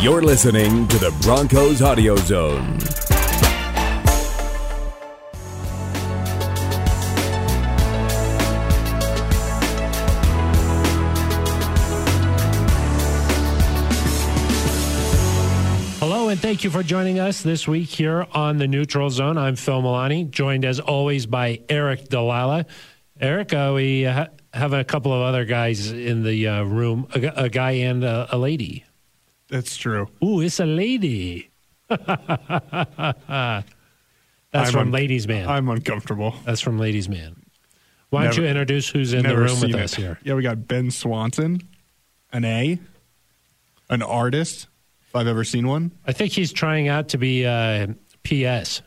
You're listening to the Broncos Audio Zone. Hello, and thank you for joining us this week here on the Neutral Zone. I'm Phil Milani, joined as always by Eric Dalala. Eric, uh, we uh, ha- have a couple of other guys in the uh, room, a, gu- a guy and a, a lady. That's true. Ooh, it's a lady. That's I'm from un- Ladies Man. I'm uncomfortable. That's from Ladies Man. Why don't Never- you introduce who's in the Never room seen with it. us here? Yeah, we got Ben Swanson, an A, an artist, if I've ever seen one. I think he's trying out to be uh, PS.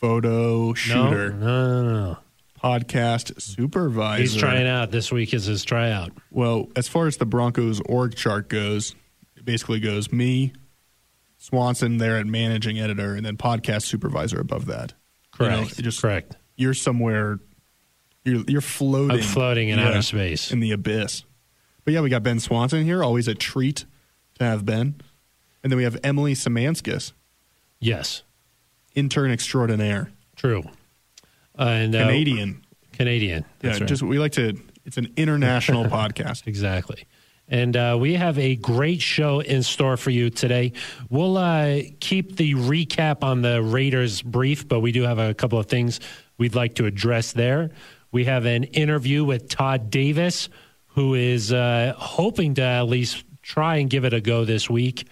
Photo shooter, No, no, no, no. podcast supervisor. He's trying out. This week is his tryout. Well, as far as the Broncos org chart goes, it basically goes me, Swanson there at managing editor, and then podcast supervisor above that. You know, Correct. it just, Correct. You're somewhere. You're you're floating. I'm floating in Yeah. outer space. in the abyss. But yeah, we got Ben Swanson here. Always a treat to have Ben. And then we have Emily Samanskis, yes, intern extraordinaire, true. Uh, and uh, Canadian. Canadian. Yeah, That's right. just we like to. It's an international podcast. Exactly. And uh, we have a great show in store for you today. We'll uh, keep the recap on the Raiders brief, but we do have a couple of things we'd like to address there. We have an interview with Todd Davis, who is uh, hoping to at least try and give it a go this week.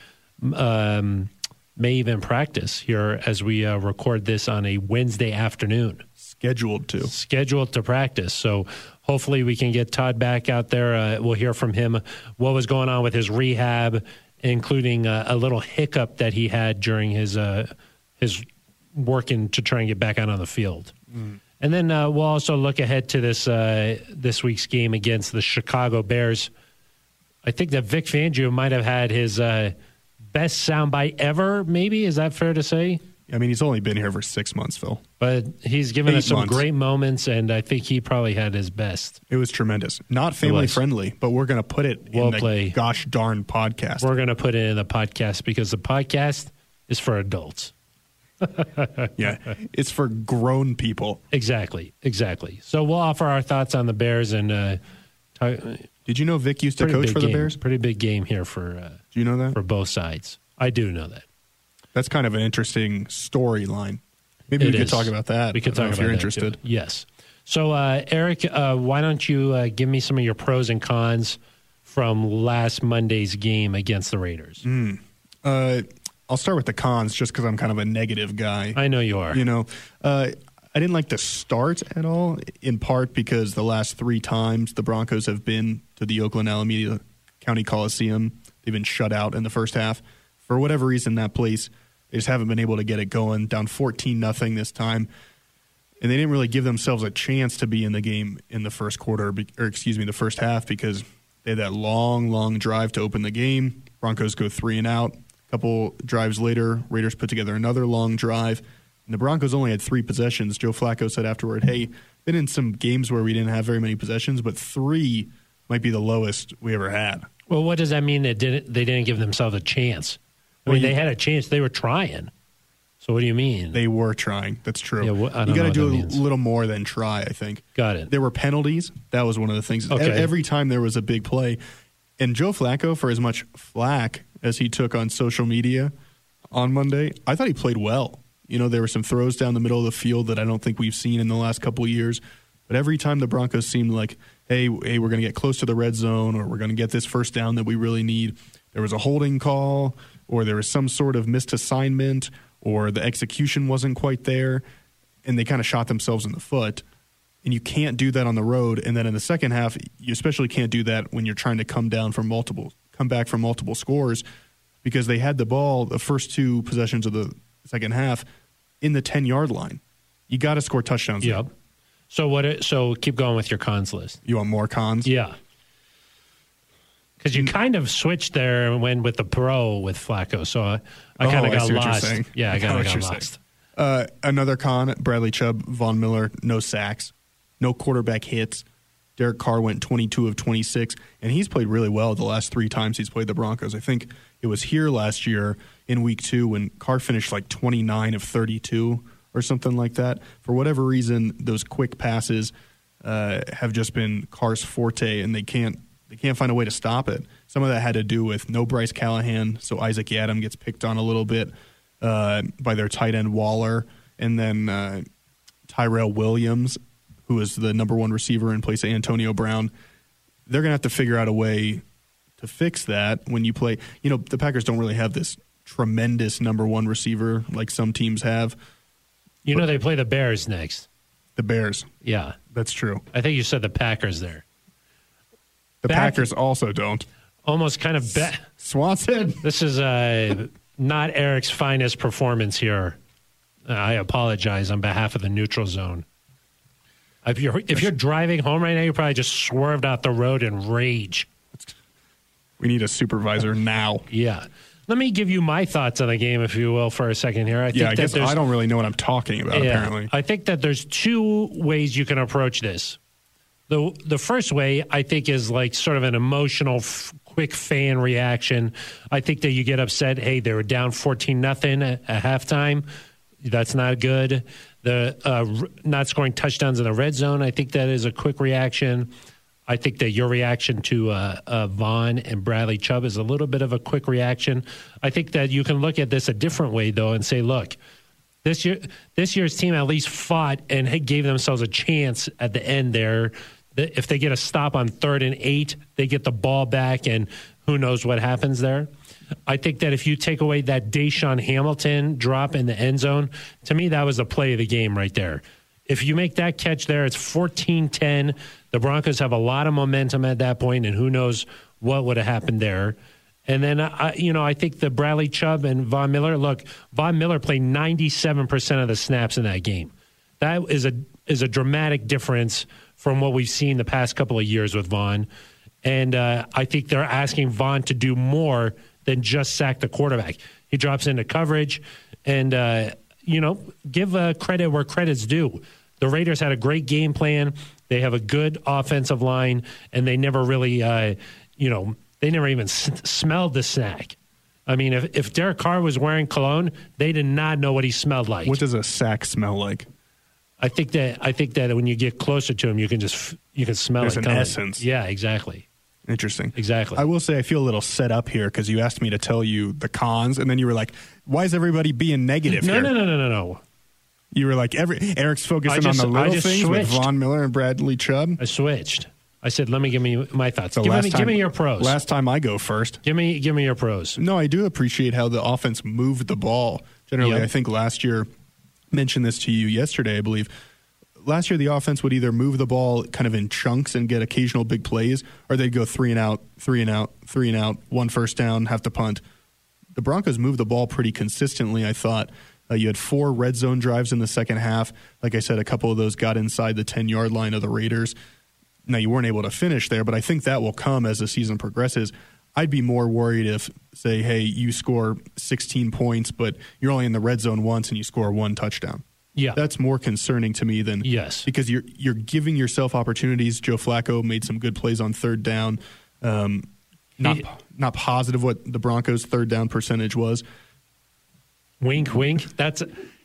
Um, may even practice here as we uh, record this on a Wednesday afternoon Scheduled to. scheduled to practice. So hopefully we can get Todd back out there. Uh, we'll hear from him what was going on with his rehab, including uh, a little hiccup that he had during his uh, his working to try and get back out on the field. And then uh, we'll also look ahead to this uh, this week's game against the Chicago Bears. I think that Vic Fangio might have had his uh, best soundbite ever. Maybe is that fair to say? I mean, he's only been here for six months, Phil. But he's given Eight us some months. great moments, and I think he probably had his best. It was tremendous. Not family was. friendly, but we're going to put it Well in the played. gosh darn podcast. We're going to put it in the podcast because the podcast is for adults. yeah, it's for grown people. Exactly, exactly. So we'll offer our thoughts on the Bears and uh, talk, Did you know Vic used to pretty coach big for the game. Bears? Pretty big game here for uh, Do you know that? for both sides. I do know that. That's kind of an interesting storyline. Maybe It we could is. talk about that. We could I don't talk know about if you're that, too. interested. Yes. So uh, Eric, uh, why don't you uh, give me some of your pros and cons from last Monday's game against the Raiders? Mm. Uh, I'll start with the cons just because I'm kind of a negative guy. I know you are. You know, uh, I didn't like the start at all, in part because the last three times the Broncos have been to the Oakland Alameda County Coliseum, they've been shut out in the first half. For whatever reason, that place, they just haven't been able to get it going. Down 14 nothing this time. And they didn't really give themselves a chance to be in the game in the first quarter, be- or excuse me, the first half, because they had that long, long drive to open the game. Broncos go three and out. A couple drives later, Raiders put together another long drive. And the Broncos only had three possessions. Joe Flacco said afterward, hey, been in some games where we didn't have very many possessions, but three might be the lowest we ever had. Well, what does that mean? That didn't they didn't give themselves a chance? I Well, mean, you- they had a chance. They were trying. So what do you mean? They were trying. That's true. Yeah, wh- I don't you got know to what that do a means. little more than try, I think. Got it. There were penalties. That was one of the things. E- Okay. Every time there was a big play, and Joe Flacco, for as much flack as he took on social media on Monday, I thought he played well. You know, there were some throws down the middle of the field that I don't think we've seen in the last couple of years. But every time the Broncos seemed like, hey, w- hey, we're going to get close to the red zone, or we're going to get this first down that we really need. There was a holding call, or there was some sort of missed assignment, or the execution wasn't quite there, and they kind of shot themselves in the foot. And you can't do that on the road. And then in the second half, you especially can't do that when you're trying to come down from multiple, come back from multiple scores because they had the ball the first two possessions of the second half in the 10 yard line. You got to score touchdowns. there. Yep. So what? it- So keep going with your cons list. You want more cons? Yeah. Because Hmm. you kind of switched there and went with the pro with Flacco, so I, I Oh, kind I of got see what you're lost. saying. Yeah, I I got kind of what got you're saying. lost. Uh, another con Bradley Chubb, Von Miller, no sacks, no quarterback hits. Derek Carr went 22 of 26, and he's played really well the last three times he's played the Broncos. I think it was here last year in week two when Carr finished like 29 of 32 or something like that. For whatever reason, those quick passes uh, have just been Carr's forte, and they can't they can't find a way to stop it. Some of that had to do with no Bryce Callahan, so Isaac Yadam gets picked on a little bit uh, by their tight end Waller, and then uh, Tyrell Williams, who is the number one receiver in place of Antonio Brown. They're going to have to figure out a way to fix that when you play. You know, the Packers don't really have this tremendous number one receiver like some teams have. You know they play the Bears next. The Bears, Yeah, that's true. I think you said the Packers there. The Back- Packers also don't. Almost kind of bet. Swanson. This is uh, not Eric's finest performance here. Uh, I apologize on behalf of the neutral zone. If you're if you're driving home right now, you probably just swerved out the road in rage. We need a supervisor now. Yeah. Let me give you my thoughts on the game, if you will, for a second here. I think Yeah, I that guess there's I don't really know what I'm talking about. Yeah. Apparently, I think that there's two ways you can approach this. The the first way I think is like sort of an emotional f- quick fan reaction. I think that you get upset, hey, they were down 14 nothing at at halftime. That's not good. The uh, r- not scoring touchdowns in the red zone, I think that is a quick reaction. I think that your reaction to uh, uh, Vaughn and Bradley Chubb is a little bit of a quick reaction. I think that you can look at this a different way, though, and say, look, this year this year's team at least fought and had- gave themselves a chance at the end there The- if they get a stop on third and eight they get the ball back and who knows what happens there I think that if you take away that Deshaun Hamilton drop in the end zone, to me, that was the play of the game right there. If you make that catch there, it's 14 10. The Broncos have a lot of momentum at that point, and who knows what would have happened there. And then, I, you know, I think the Bradley Chubb and Von Miller. Look, Von Miller played 97% of the snaps in that game. That is a is a dramatic difference from what we've seen the past couple of years with Vaughn. And uh, I think they're asking Vaughn to do more than just sack the quarterback. He drops into coverage, and uh, you know, give uh, credit where credit's due. The Raiders had a great game plan. They have a good offensive line, and they never really, uh, you know, they never even s- smelled the sack. I mean, if, if Derek Carr was wearing cologne, they did not know what he smelled like. what does a sack smell like? I think that I think that when you get closer to him, you can just f- you can smell There's it. an coming. essence. Yeah, exactly, Interesting. exactly. I will say I feel a little set up here because you asked me to tell you the cons, and then you were like, "Why is everybody being negative?" no, here? no, no, no, no, no. You were like, "Every Eric's focusing just- on the I little just things with switched. Von Miller and Bradley Chubb." I switched. I said, let me give me my thoughts. So give, last me, time, give me your pros. Last time I go first. give me give me your pros. No, I do appreciate how the offense moved the ball. Generally, Yep. I think last year mentioned this to you yesterday, I believe. Last year, the offense would either move the ball kind of in chunks and get occasional big plays, or they'd go three and out, three and out, three and out, one first down, have to punt. The Broncos moved the ball pretty consistently, I thought. Uh, you had four red zone drives in the second half. Like I said, a couple of those got inside the 10 yard line of the Raiders. Now, you weren't able to finish there, but I think that will come as the season progresses. I'd be more worried if, say, hey, you score 16 points, but you're only in the red zone once and you score one touchdown. Yeah. That's more concerning to me than Yes. because you're you're giving yourself opportunities. Joe Flacco made some good plays on third down. Um, not He- not positive what the Broncos' third down percentage was. Wink, wink. That's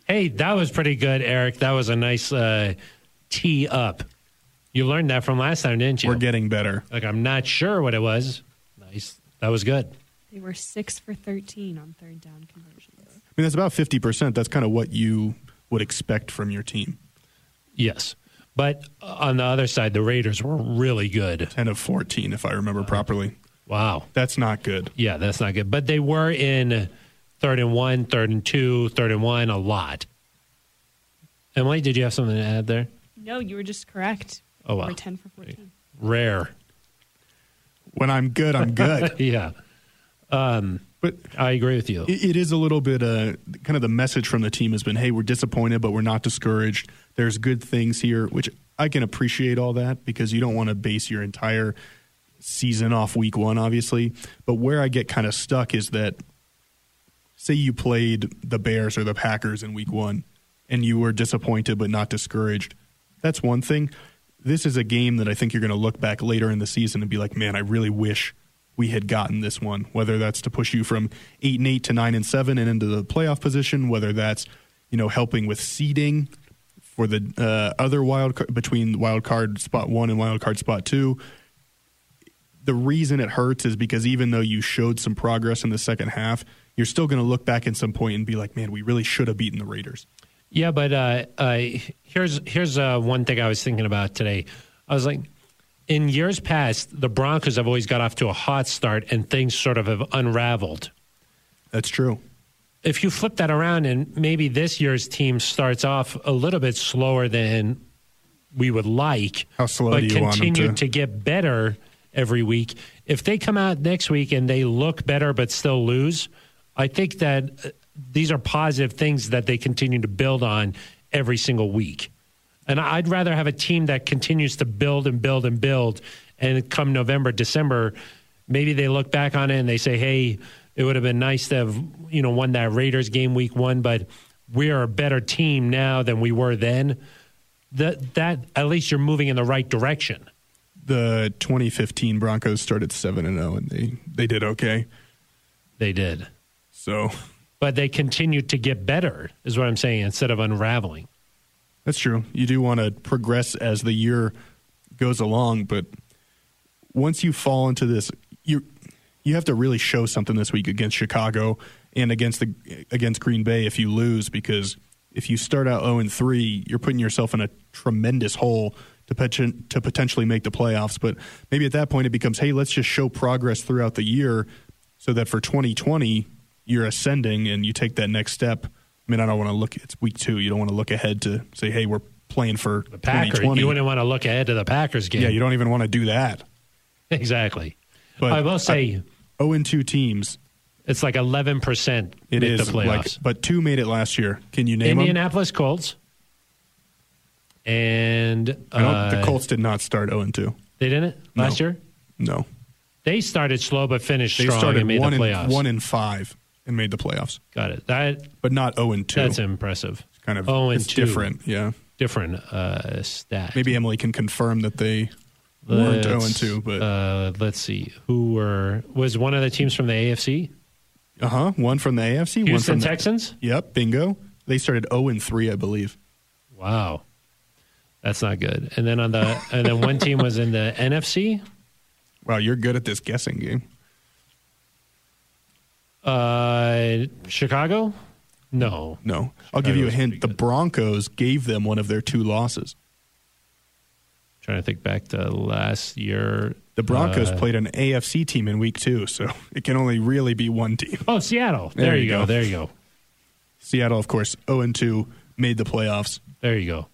hey, that was pretty good, Eric. That was a nice uh, tee up. You learned that from last time, didn't you? We're getting better. like I'm not sure what it was. Nice. That was good. They were six for 13 on third down conversions. I mean, that's about fifty percent. That's kind of what you would expect from your team. Yes. But uh, on the other side, the Raiders were really good. Ten of fourteen, if I remember properly. Wow. That's not good. Yeah, that's not good. But they were in third and one, third and two, third and one a lot. Emily, did you have something to add there? No, you were just correct. Oh, wow. They were 10 for 14. Rare. When I'm good, I'm good. Yeah, but I agree with you. It, it is a little bit uh, kind of the message from the team has been, hey, we're disappointed, but we're not discouraged. There's good things here, which I can appreciate all that because you don't want to base your entire season off week one, obviously. But where I get kind of stuck is that, say you played the Bears or the Packers in week one and you were disappointed but not discouraged. That's one thing. this is a game that I think you're going to look back later in the season and be like, man, I really wish we had gotten this one. Whether that's to push you from eight and eight to nine and seven and into the playoff position, whether that's you know helping with seeding for the uh, other wild card, between wild card spot one and wild card spot two. The reason it hurts is because even though you showed some progress in the second half, you're still going to look back at some point and be like, man, we really should have beaten the Raiders. Yeah, but uh, uh, here's here's uh, one thing I was thinking about today. I was like, in years past, the Broncos have always got off to a hot start, and things sort of have unraveled. That's true. If you flip that around, and maybe this year's team starts off a little bit slower than we would like, How slow but do you want 'em continue to- to get better every week. If they come out next week and they look better but still lose, I think that uh, these are positive things that they continue to build on every single week. And I'd rather have a team that continues to build and build and build. And come November, December, maybe they look back on it and they say, hey, it would have been nice to have, you know, won that Raiders game week one, but we are a better team now than we were then. That, that at least you're moving in the right direction. The 2015 Broncos started seven and zero, and they they did okay. They did. So But they continued to get better, is what I'm saying, instead of unraveling. That's true. You do want to progress as the year goes along, but once you fall into this, you you have to really show something this week against Chicago and against the against Green Bay if you lose because if you start out 0 and 3, you're putting yourself in a tremendous hole to poten- to potentially make the playoffs, but maybe at that point it becomes, "Hey, let's just show progress throughout the year so that for 2020 you're ascending and you take that next step." I mean, I don't want to look. It's week two. You don't want to look ahead to say, "Hey, we're playing for The Packers, 2020." you wouldn't want to look ahead to the Packers game. yeah, you don't even want to do that. exactly. But I will say, zero oh and two teams. It's like eleven percent It make is the like, playoffs. but two made it last year. Can you name them? Indianapolis Colts and I don't- uh, the Colts did not start zero and two. They didn't No. last year. No, They started slow but finished they strong started and made one the playoffs. and one and five and made the playoffs, Got it. That but not zero and two. that's impressive. It's kind of oh and it's two. different. Yeah, different uh, stat. maybe Emily can confirm that they weren't zero and two, but uh uh, let's see who were was one of the teams from the AFC. huh, uh-huh, one from the AFC, one Houston from the- Texans. Yep, bingo. They started zero and three, I believe. Wow, that's not good. And then on the and then one team was in the NFC. Wow, you're good at this guessing game. Uh, Chicago. No, No. I'll give you a Chicago's hint. The Broncos gave them one of their two losses. trying to think back to last year. The Broncos Uh, played an AFC team in week two, so it can only really be one team. Oh, Seattle. There, you go. There you go. Seattle, of course, 0 and 2, made the playoffs. There you go.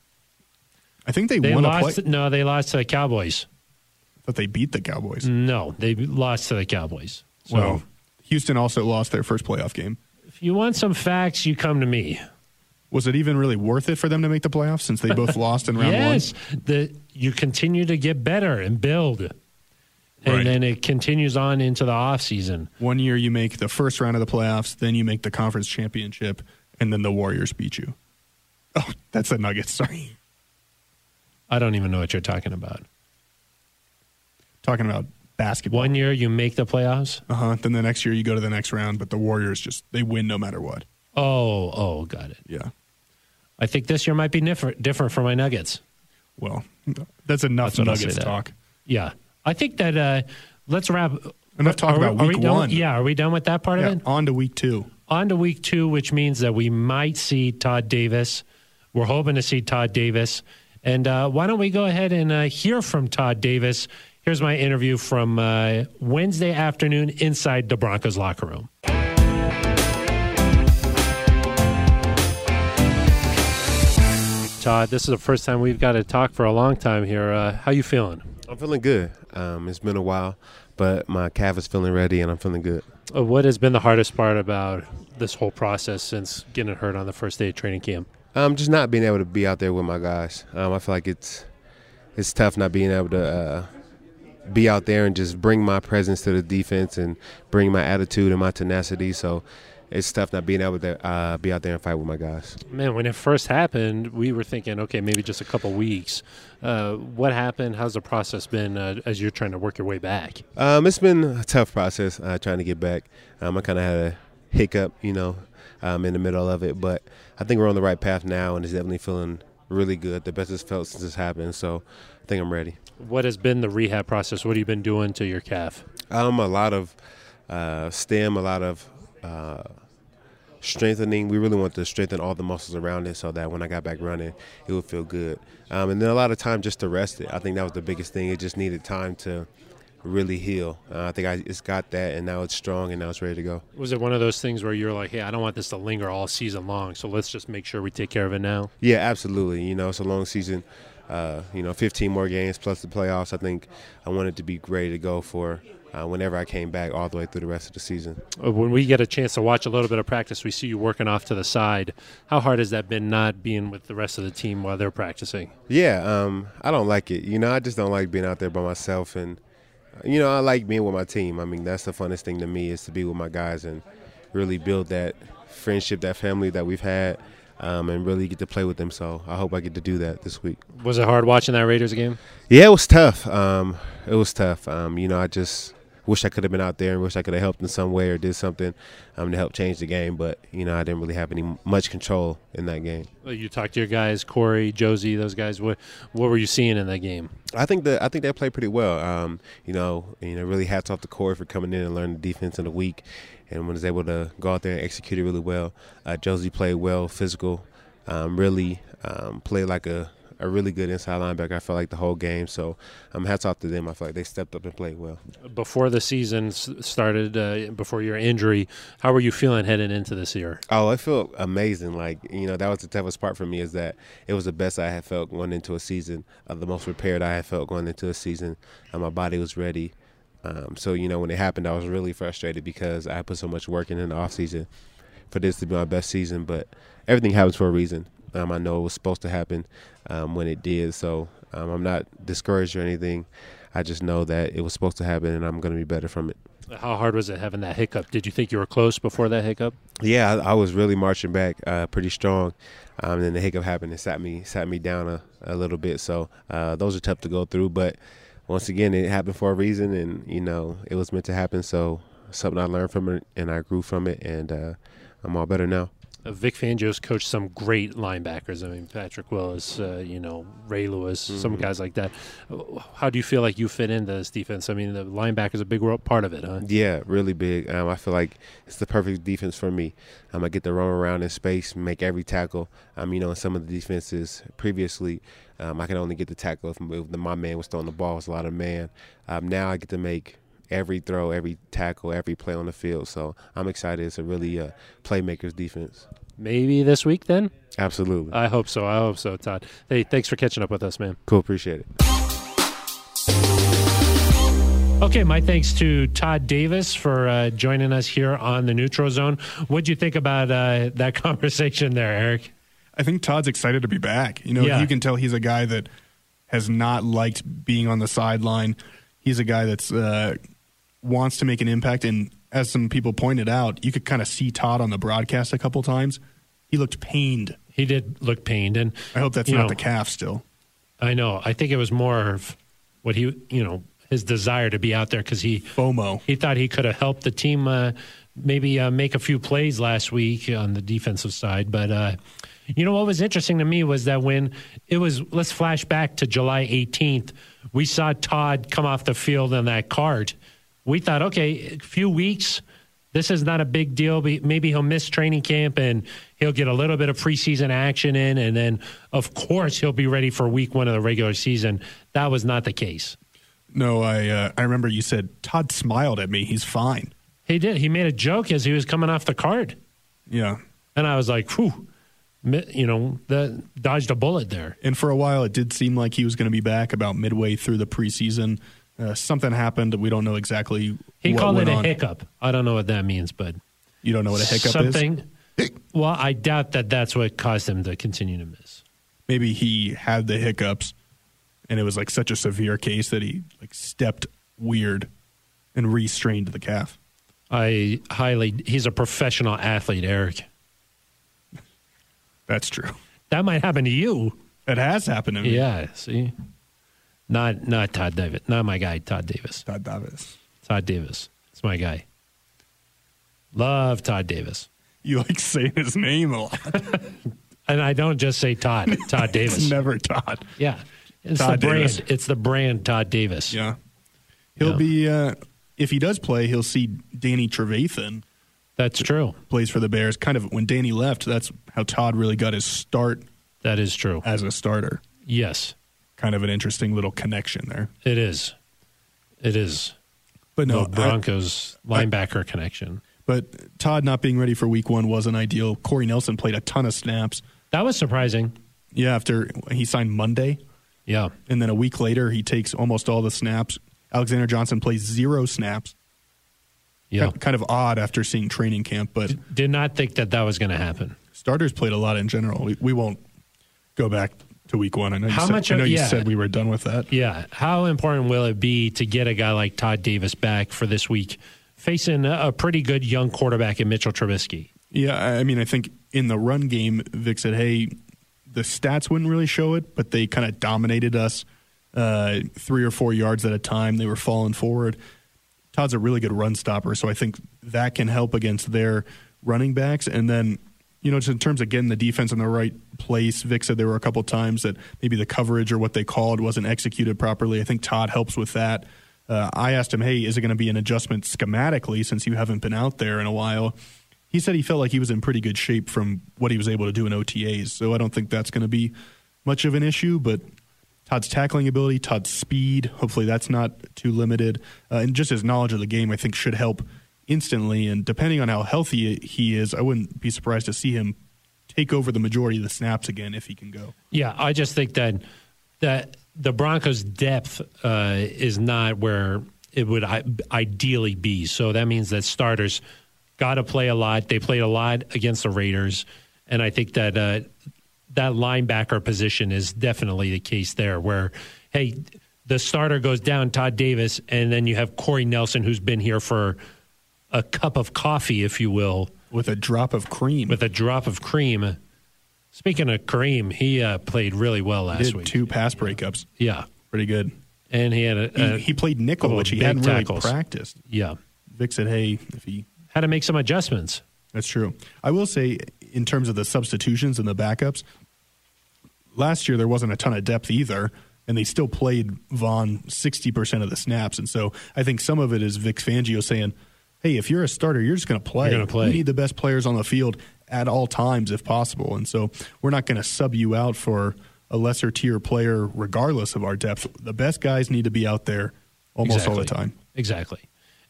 I think they, They won a lost. play. No, they lost to the Cowboys. But they beat the Cowboys. No, they lost to the Cowboys. So Well, Houston also lost their first playoff game. if you want some facts, you come to me. Was it even really worth it for them to make the playoffs since they both lost in round yes, one? the you continue to get better and build, and Right. then it continues on into the off season. One year you make the first round of the playoffs, then you make the conference championship, and then the Warriors beat you. Oh, that's the Nuggets. Sorry. I don't even know what you're talking about. Talking about basketball. One year you make the playoffs. Uh huh. Then the next year you go to the next round, but the Warriors just they win no matter what. Oh, oh, got it. Yeah. I think this year might be different, different for my Nuggets. Well, that's enough That's what I'll Nuggets say there. talk. Yeah, I think that uh, let's wrap. Enough talk Are we- about are we week done- one. Yeah, are we done with that part Yeah, of it? on to week two. On to week two, which means that we might see Todd Davis. We're hoping to see Todd Davis, and uh, why don't we go ahead and uh, hear from Todd Davis? Here's my interview from uh, Wednesday afternoon inside the Broncos locker room. Todd, this is the first time we've got to talk for a long time here. Uh, how you feeling? I'm feeling good. Um, it's been a while, but my calf is feeling ready and I'm feeling good. Uh, What has been the hardest part about this whole process since getting hurt on the first day of training camp? Um, just not being able to be out there with my guys. Um, I feel like it's it's tough not being able to uh, be out there and just bring my presence to the defense and bring my attitude and my tenacity. So it's tough not being able to uh, be out there and fight with my guys. Man, when it first happened, we were thinking, okay, maybe just a couple weeks. Uh, what happened? How's the process been uh, as you're trying to work your way back? Um, it's been a tough process uh, trying to get back. Um, I kind of had a hiccup, you know, um, in the middle of it, but I think we're on the right path now, and it's definitely feeling really good. The best it's felt since this happened, so I think I'm ready. What has been the rehab process? What have you been doing to your calf? Um, a lot of uh, stem, a lot of uh, strengthening. We really want to strengthen all the muscles around it so that when I got back running, it would feel good. Um, and then a lot of time just to rest it. I think that was the biggest thing. It just needed time to really heal. Uh, I think I it's got that, and now it's strong, and now it's ready to go. Was it one of those things where you're like, hey, I don't want this to linger all season long, so let's just make sure we take care of it now? Yeah, absolutely. You know, it's a long season. Uh, you know, 15 more games plus the playoffs. I think I wanted to be ready to go for uh, whenever I came back, all the way through the rest of the season. Uh, When we get a chance to watch a little bit of practice, we see you working off to the side. How hard has that been not being with the rest of the team while they're practicing? Yeah, um, I don't like it. You know, I just don't like being out there by myself, and you know, I like being with my team. I mean, that's the funnest thing to me is to be with my guys and really build that friendship, that family that we've had, um, and really get to play with them. So I hope I get to do that this week. Was it hard watching that Raiders game? Yeah, it was tough. Um, it was tough. Um, you know, I just wish I could have been out there and wish I could have helped in some way or did something um, to help change the game. But you know, I didn't really have any much control in that game. Uh, You talked to your guys, Corey, Josie, those guys. What what were you seeing in that game? I think that I think they played pretty well. Um, you know, you know, really hats off to Corey for coming in and learning the defense in a week, and was able to go out there and execute it really well. Uh, Josie played well, physical, um, really um, played like a, a really good inside linebacker. I felt like the whole game. So, um, hats off to them. I feel like they stepped up and played well. Before the season s- started, uh, before your injury, how were you feeling heading into this year? Oh, I feel amazing. Like, you know, that was the toughest part for me is that it was the best I had felt going into a season, uh, the most prepared I had felt going into a season. And my body was ready. Um, so, you know, when it happened, I was really frustrated because I put so much work in in the off season for this to be my best season. But everything happens for a reason. Um, I know it was supposed to happen um, when it did. So um, I'm not discouraged or anything. I just know that it was supposed to happen and I'm going to be better from it. How hard was it having that hiccup? Did you think you were close before that hiccup? Yeah, I, I was really marching back uh, pretty strong. Um, and then the hiccup happened and sat me sat me down a, a little bit. So uh, those are tough to go through. But once again, it happened for a reason, and you know it was meant to happen. So something I learned from it, and I grew from it, and uh, I'm all better now. Uh, Vic Fangio's coached some great linebackers. I mean, Patrick Willis, uh, you know, Ray Lewis, some guys like that. Uh, How do you feel like you fit into this defense? I mean, the linebacker's a big ro- part of it, huh? Yeah, really big. Um, I feel like it's the perfect defense for me. Um, I get to run around in space, make every tackle. Um, you know, in some of the defenses previously, um, I could only get the tackle if, if my man was throwing the ball. It's a lot of man. Um, now I get to make every throw, every tackle, every play on the field. So I'm excited. It's a really uh, playmakers defense. Maybe this week then? Absolutely. I hope so. I hope so, Todd. Hey, thanks for catching up with us, man. cool. Appreciate it. Okay, my thanks to Todd Davis for uh, joining us here on the Neutral Zone. What'd you think about uh, that conversation there, Eric? I think Todd's excited to be back. You know, Yeah. you can tell he's a guy that has not liked being on the sideline. He's a guy that's uh, wants to make an impact, and as some people pointed out, you could kind of see Todd on the broadcast a couple times. He looked pained. He did look pained, and I hope that's you not know, the calf still. I know. I think it was more of what he, you know, his desire to be out there because he FOMO. he thought he could have helped the team uh, maybe uh, make a few plays last week on the defensive side. But uh, you know what was interesting to me was that when it was let's flash back to July 18th, we saw Todd come off the field in that cart. We thought, okay, a few weeks. This is not a big deal. Be- Maybe he'll miss training camp and he'll get a little bit of preseason action in. And then, of course, he'll be ready for week one of the regular season. That was not the case. No, I uh, I remember you said Todd smiled at me. He's fine. He did. He made a joke as he was coming off the card. Yeah. And I was like, whew, mi- you know, the, dodged a bullet there. And for a while, it did seem like he was going to be back about midway through the preseason. Uh, something happened. We don't know exactly. He what called it went a on. hiccup. I don't know what that means, but You don't know what a hiccup is. something. Well, I doubt that that's what caused him to continue to miss. Maybe he had the hiccups, and it was like such a severe case that he like stepped weird and restrained the calf. I highly, he's a professional athlete, Eric. That's true. That might happen to you. It has happened to me. Yeah, see? Not not Todd Davis. Not my guy, Todd Davis. Todd Davis. Todd Davis. It's my guy. Love Todd Davis. You like saying his name a lot. And I don't just say Todd, Todd It's Davis. never Todd. Yeah. It's Todd the brand. Davis. It's the brand Todd Davis. Yeah. He'll Yeah. be uh, if he does play, he'll see Danny Trevathan That's true. plays for the Bears. Kind of when Danny left, that's how Todd really got his start That is true. as a starter. Yes, Kind of an interesting little connection there. it is. It is. But no, the I- Broncos linebacker connection. But Todd not being ready for week one wasn't ideal. Corey Nelson played a ton of snaps. That was surprising. Yeah, after he signed Monday, Yeah. and then a week later he takes almost all the snaps. Alexander Johnson plays zero snaps. Yeah. Kind- Kind of odd after seeing training camp, but Did not think that that was going to happen. starters played a lot in general. We, we won't go back to week one. I know, you How said, much I of- know you yeah. said we were done with that. Yeah. How important will it be to get a guy like Todd Davis back for this week, facing a a pretty good young quarterback in Mitchell Trubisky? Yeah, I I mean, I think in the run game, Vic said, "Hey, the stats wouldn't really show it, but they kind of dominated us uh, three or four yards at a time. They were falling forward." Todd's a really good run stopper, so I think that can help against their running backs. And then, you know, just in terms of getting the defense in the right place, Vic said there were a couple times that maybe the coverage or what they called wasn't executed properly. I think Todd helps with that. Uh, I asked him, hey, is it going to be an adjustment schematically since you haven't been out there in a while? He said he felt like he was in pretty good shape from what he was able to do in OTAs, so I don't think that's going to be much of an issue, but Todd's tackling ability, Todd's speed. Hopefully, that's not too limited, uh, and just his knowledge of the game, I think, should help instantly. And depending on how healthy he is, I wouldn't be surprised to see him take over the majority of the snaps again if he can go. Yeah, I just think that that the Broncos' depth uh, is not where it would I- ideally be. So that means that starters got to play a lot. They played a lot against the Raiders, and I think that uh, that linebacker position is definitely the case there. Where hey, the starter goes down, Todd Davis, and then you have Corey Nelson, who's been here for a cup of coffee, if you will With a drop of cream, with a drop of cream. Speaking of cream, he uh, played really well He last did week. two pass breakups, Yeah, pretty good. and he had He, a, a he played nickel, couple which of he Uh, oh, big hadn't really tackles. practiced. yeah Vic said, "Hey, if he had to make some adjustments. That's true. I will say, in terms of the substitutions and the backups, last year there wasn't a ton of depth either, and they still played Vaughn 60% of the snaps. And so I think some of it is Vic Fangio saying, hey, if you're a starter, you're just going to play. You're gonna play. You need the best players on the field at all times if possible. And so we're not going to sub you out for a lesser tier player regardless of our depth. The best guys need to be out there almost all the Exactly. time. Exactly,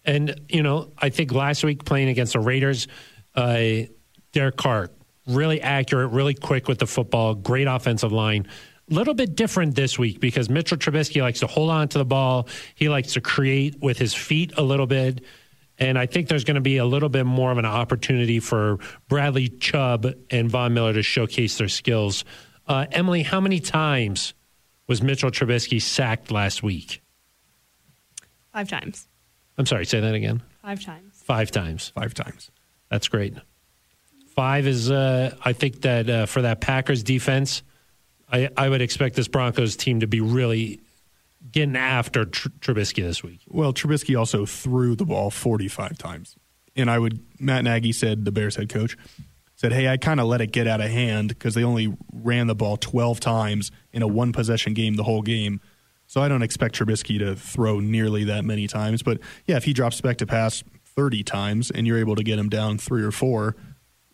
and you know I think last week playing against the Raiders, uh, Derek Carr really accurate, really quick with the football, great offensive line. Little bit different this week because Mitchell Trubisky likes to hold on to the ball. He likes to create with his feet a little bit. And I think there's going to be a little bit more of an opportunity for Bradley Chubb and Von Miller to showcase their skills. Uh, Emily, how many times was Mitchell Trubisky sacked last week? Five times. I'm sorry, say that again. Five times. Five times. Five times. That's great. Five is, uh, I think that uh, for that Packers defense, I, I would expect this Broncos team to be really getting after Tr- Trubisky this week. Well, Trubisky also threw the ball 45 times. And I would, Matt Nagy said, the Bears head coach, said, hey, I kind of let it get out of hand because they only ran the ball 12 times in a one possession game the whole game. So I don't expect Trubisky to throw nearly that many times. But yeah, if he drops back to pass 30 times and you're able to get him down three or four,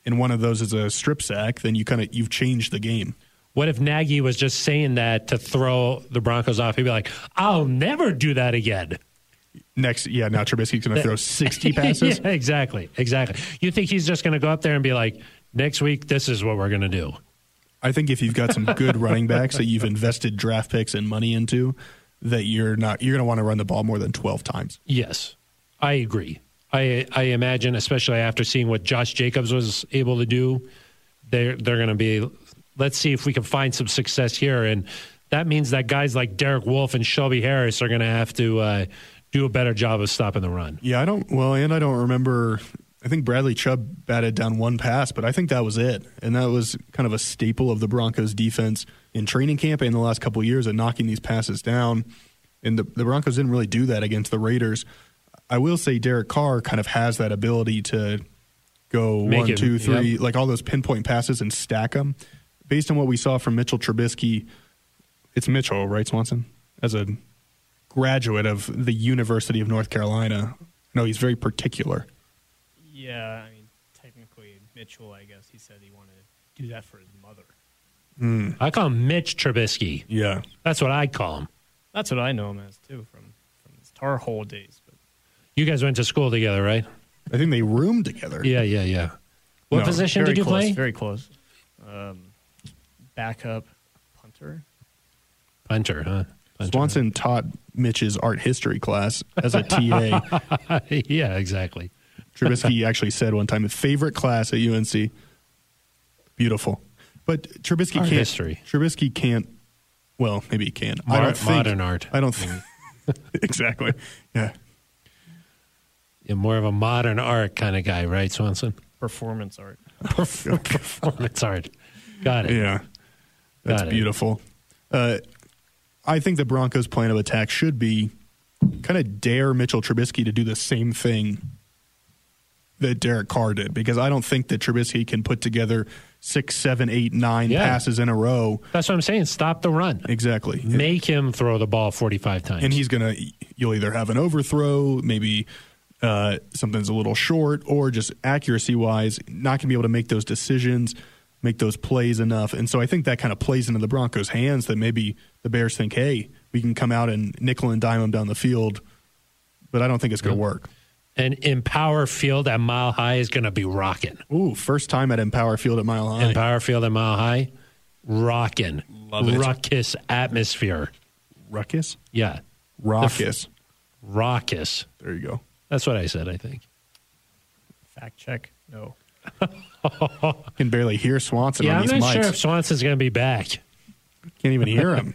and one of those is a strip sack, then you kind of, you've changed the game. What if Nagy was just saying that to throw the Broncos off? He'd be like, I'll never do that again. Next, yeah, now Trubisky's going to throw 60 passes. Yeah, exactly. Exactly. You think he's just going to go up there and be like, next week, this is what we're going to do. I think if you've got some good running backs that you've invested draft picks and money into, that you're not you're going to want to run the ball more than twelve times. Yes, I agree. I I imagine, especially after seeing what Josh Jacobs was able to do, they're they're going to be. Let's see if we can find some success here, and that means that guys like Derek Wolf and Shelby Harris are going to have to uh, do a better job of stopping the run. Yeah, I don't. Well, and I don't remember. I think Bradley Chubb batted down one pass, but I think that was it. And that was kind of a staple of the Broncos defense in training camp and the last couple of years of knocking these passes down. And the, the Broncos didn't really do that against the Raiders. I will say Derek Carr kind of has that ability to go Make one, it- two, three, yep. like all those pinpoint passes and stack them. Based on what we saw from Mitchell Trubisky, it's Mitchell, right, Swanson? As a graduate of the University of North Carolina. No, he's very particular. Yeah, I mean, technically, Mitchell, I guess he said he wanted to do that for his mother. I call him Mitch Trubisky. Yeah. That's what I call him. That's what I know him as too from from his Tar Hole days. But You guys went to school together, right? I think they roomed together. Yeah, yeah, yeah. What No, position very did you close, play? Very close. Um, backup punter. Punter, huh? Punter. Swanson taught Mitch's art history class as a TA. yeah, exactly. Trubisky actually said one time, favorite class at UNC. Beautiful. But Trubisky Art can't. history. Trubisky can't. Well, maybe he can. I Mar- don't think, modern art. I don't think. exactly. Yeah. You're more of a modern art kind of guy, right, Swanson? Performance art. Performance art. Got it. Yeah. That's Got it. beautiful. Uh, I think the Broncos' plan of attack should be kind of dare Mitchell Trubisky to do the same thing that Derek Carr did because I don't think that Trubisky can put together six, seven, eight, nine Yeah. passes in a row. That's what I'm saying. Stop the run. Exactly. Make him throw the ball 45 times. and he's going to, you'll either have an overthrow, maybe uh, something's a little short, or just accuracy wise, not going to be able to make those decisions, make those plays enough. And so I think that kind of plays into the Broncos' hands that maybe the Bears think, hey, we can come out and nickel and dime them down the field, but I don't think it's going to work. and Empower Field at Mile High is going to be rocking. Ooh, first time at Empower Field at Mile High. Empower Field at Mile High, rocking. Love it. Ruckus atmosphere. Ruckus? Yeah. Ruckus. Raucous. There you go. That's what I said, I think. Fact check. No. Can barely hear Swanson yeah, on I'm these not mics. sure if Swanson's going to be back. Can't even hear him.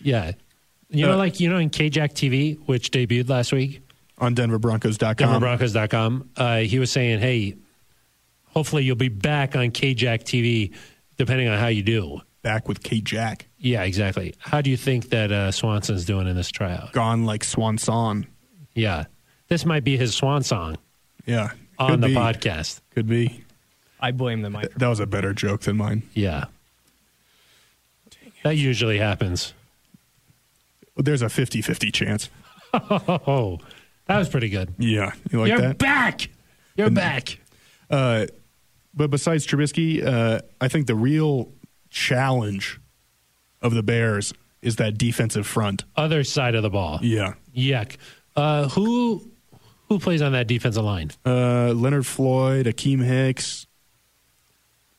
Yeah. You Uh, know, like, you know, in KJAC TV, which debuted last week, on DenverBroncos.com. DenverBroncos.com, uh, he was saying, hey, hopefully you'll be back on KJAC TV, depending on how you do. Back with Kate Jack. Yeah, exactly. How do you think that uh, Swanson's doing in this tryout? Gone like Swanson. Yeah. This might be his swan song Yeah. on Could the be. podcast. Could be. I blame the Th- microphone. That was a better joke than mine. Yeah. That usually happens. There's a 50 50 chance. Oh, that was pretty good. Yeah. You like You're that? back. You're back. uh, but besides Trubisky, uh, I think the real challenge of the Bears is that defensive front. Other side of the ball. Yeah. Yuck. Uh, who who plays on that defensive line? Uh, Leonard Floyd, Akeem Hicks.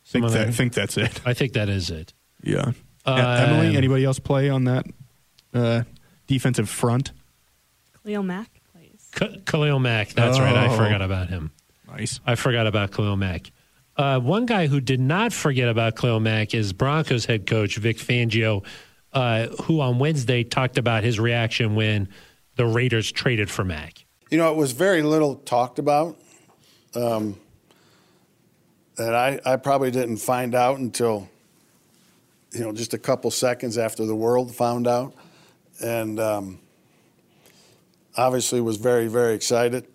Think, Someone that, there. think that's it. I think that is it. Yeah. Uh, Emily, anybody else play on that uh, defensive front? Cleo Mack plays. K- Khalil Mack. That's right. I Oh. forgot about him. Nice. I forgot about Khalil Mack. Uh, one guy who did not forget about Khalil Mack is Broncos head coach Vic Fangio, uh, who on Wednesday talked about his reaction when the Raiders traded for Mack. You know, it was very little talked about. Um, that I, I probably didn't find out until, you know, just a couple seconds after the world found out. And um, obviously was very, very excited.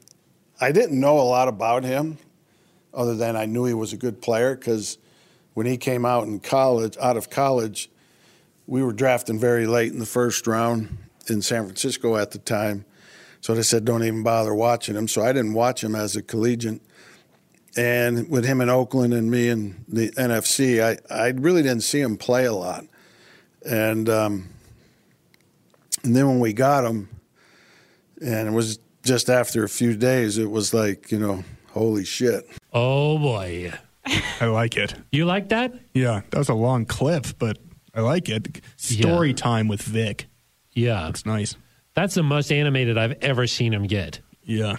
I didn't know a lot about him other than I knew he was a good player because when he came out in college, out of college, we were drafting very late in the first round in San Francisco at the time. So they said, don't even bother watching him. So I didn't watch him as a collegiate. And with him in Oakland and me in the NFC, I, I really didn't see him play a lot. And, um, and then when we got him, and it was just after a few days, it was like, you know, holy shit. Oh boy, I like it. you like that? Yeah, that was a long clip, but I like it. Story time with Vic. Yeah, That's nice. that's the most animated I've ever seen him get. Yeah.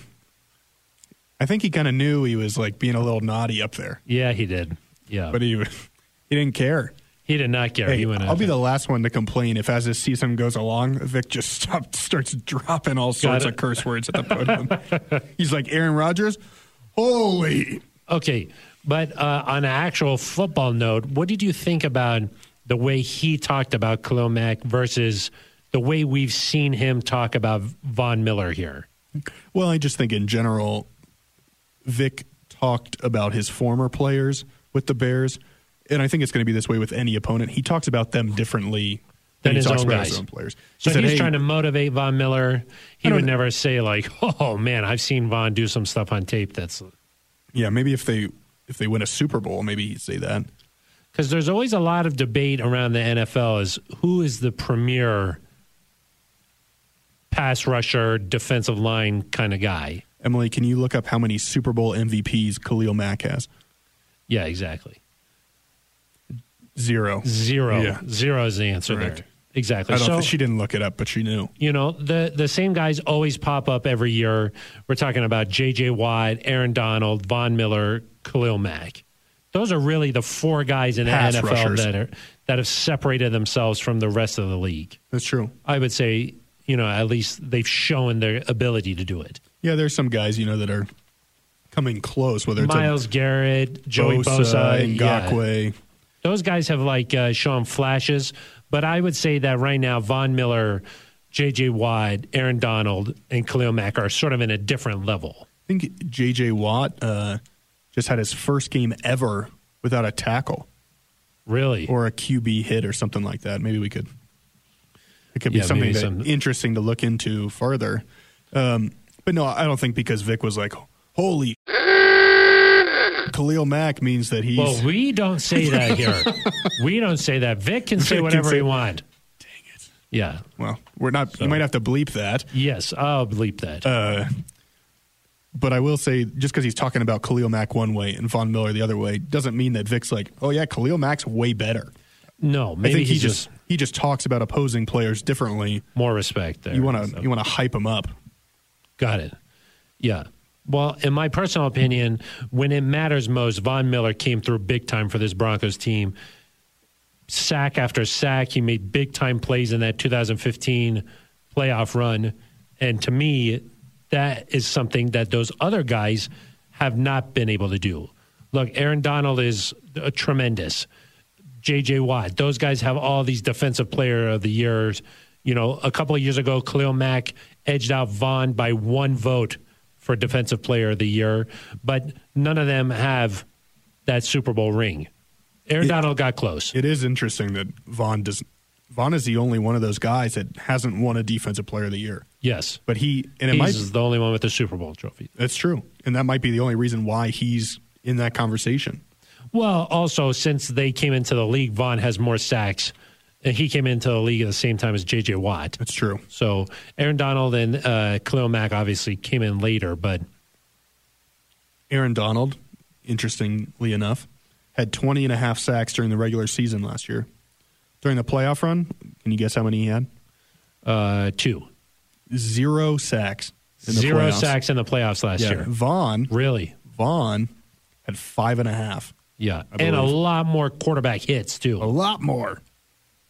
I think he kind of knew he was like being a little naughty up there, Yeah, he did. Yeah, but he he didn't care. he He did not, Gary. Hey, he went I'll out be there. the last one to complain if, as this season goes along, Vic just stops, starts dropping all sorts it. of curse words at the podium. He's like Aaron Rodgers. Holy! Okay, but uh, on an actual football note, what did you think about the way he talked about Kalomak versus the way we've seen him talk about Von Miller here? Well, I just think in general, Vic talked about his former players with the Bears, and I think it's going to be this way with any opponent. He talks about them differently Than than, his he talks own about guys. his own players. He So said, he's "Hey, trying to motivate Von Miller. He don't would know. never say like, "Oh man, I've seen Von do some stuff on tape." That's yeah, maybe if they if they win a Super Bowl, maybe he'd say that." because there's always a lot of debate around the NFL is who is the premier pass rusher, defensive line kind of guy. Emily, can you look up how many Super Bowl MVPs Khalil Mack has? Yeah, exactly. Zero. Zero. Yeah. Zero is the answer Correct. there. Exactly. I don't So think she didn't look it up, but she knew. you know the the same guys always pop up every year. We're talking about J.J. Watt, Aaron Donald, Von Miller, Khalil Mack. Those are really the four guys in the Pass NFL rushers. that are that have separated themselves from the rest of the league. That's true. I would say, you know, at least they've shown their ability to do it. Yeah, there's some guys you know that are coming close, whether it's a Miles Garrett, Joey Bosa, yeah. Ngakwe. those guys have like uh, shown flashes, but I would say that right now Von Miller, J.J. Watt, Aaron Donald, and Khalil Mack are sort of in a different level. I think J.J. Watt uh, just had his first game ever without a tackle Really, or a QB hit or something like that. Maybe we could. It could be Yeah, something maybe that some- interesting to look into further. Um, but no, I don't think because Vic was like, "Holy." Khalil Mack means that he's well, we don't say that here. we don't say that. Vic can Vic say can whatever say- he wants. Dang it! Yeah. well. We're not. You might have to bleep that. Yes, I'll bleep that. Uh, But I will say, just because he's talking about Khalil Mack one way and Von Miller the other way, doesn't mean that Vic's like, oh yeah, Khalil Mack's way better. no, I maybe think he's he just, just he just talks about opposing players differently. more respect there. You want So- to you want to hype him up. Got it. Yeah. Well, in my personal opinion, when it matters most, Von Miller came through big time for this Broncos team. Sack after sack, he made big time plays in that 2015 playoff run. And to me, that is something that those other guys have not been able to do. Look, Aaron Donald is uh, tremendous. J.J. Watt. Those guys have all these defensive player of the years. You know, a couple of years ago, Khalil Mack edged out Vaughn by one vote for defensive player of the year, but none of them have that Super Bowl ring. Aaron Donald got close. It is interesting that Vaughn does. Vaughn is the only one of those guys that hasn't won a Defensive Player of the Year, yes. but he and it He's might the only one with the Super Bowl trophy. that's true, and that might be the only reason why he's in that conversation. Well, also, since they came into the league, Vaughn has more sacks. And he came into the league at the same time as J.J. Watt. That's true. So Aaron Donald and uh, Khalil Mack obviously came in later, but Aaron Donald, interestingly enough, had 20 and a half sacks during the regular season last year. During the playoff run, can you guess how many he had? uh, two. Zero sacks. In the Zero playoffs. sacks in the playoffs last Yeah. year. Vaughn Really? Vaughn had five and a half. Yeah. I And a believe. Oh. lot more quarterback hits, A too. lot more.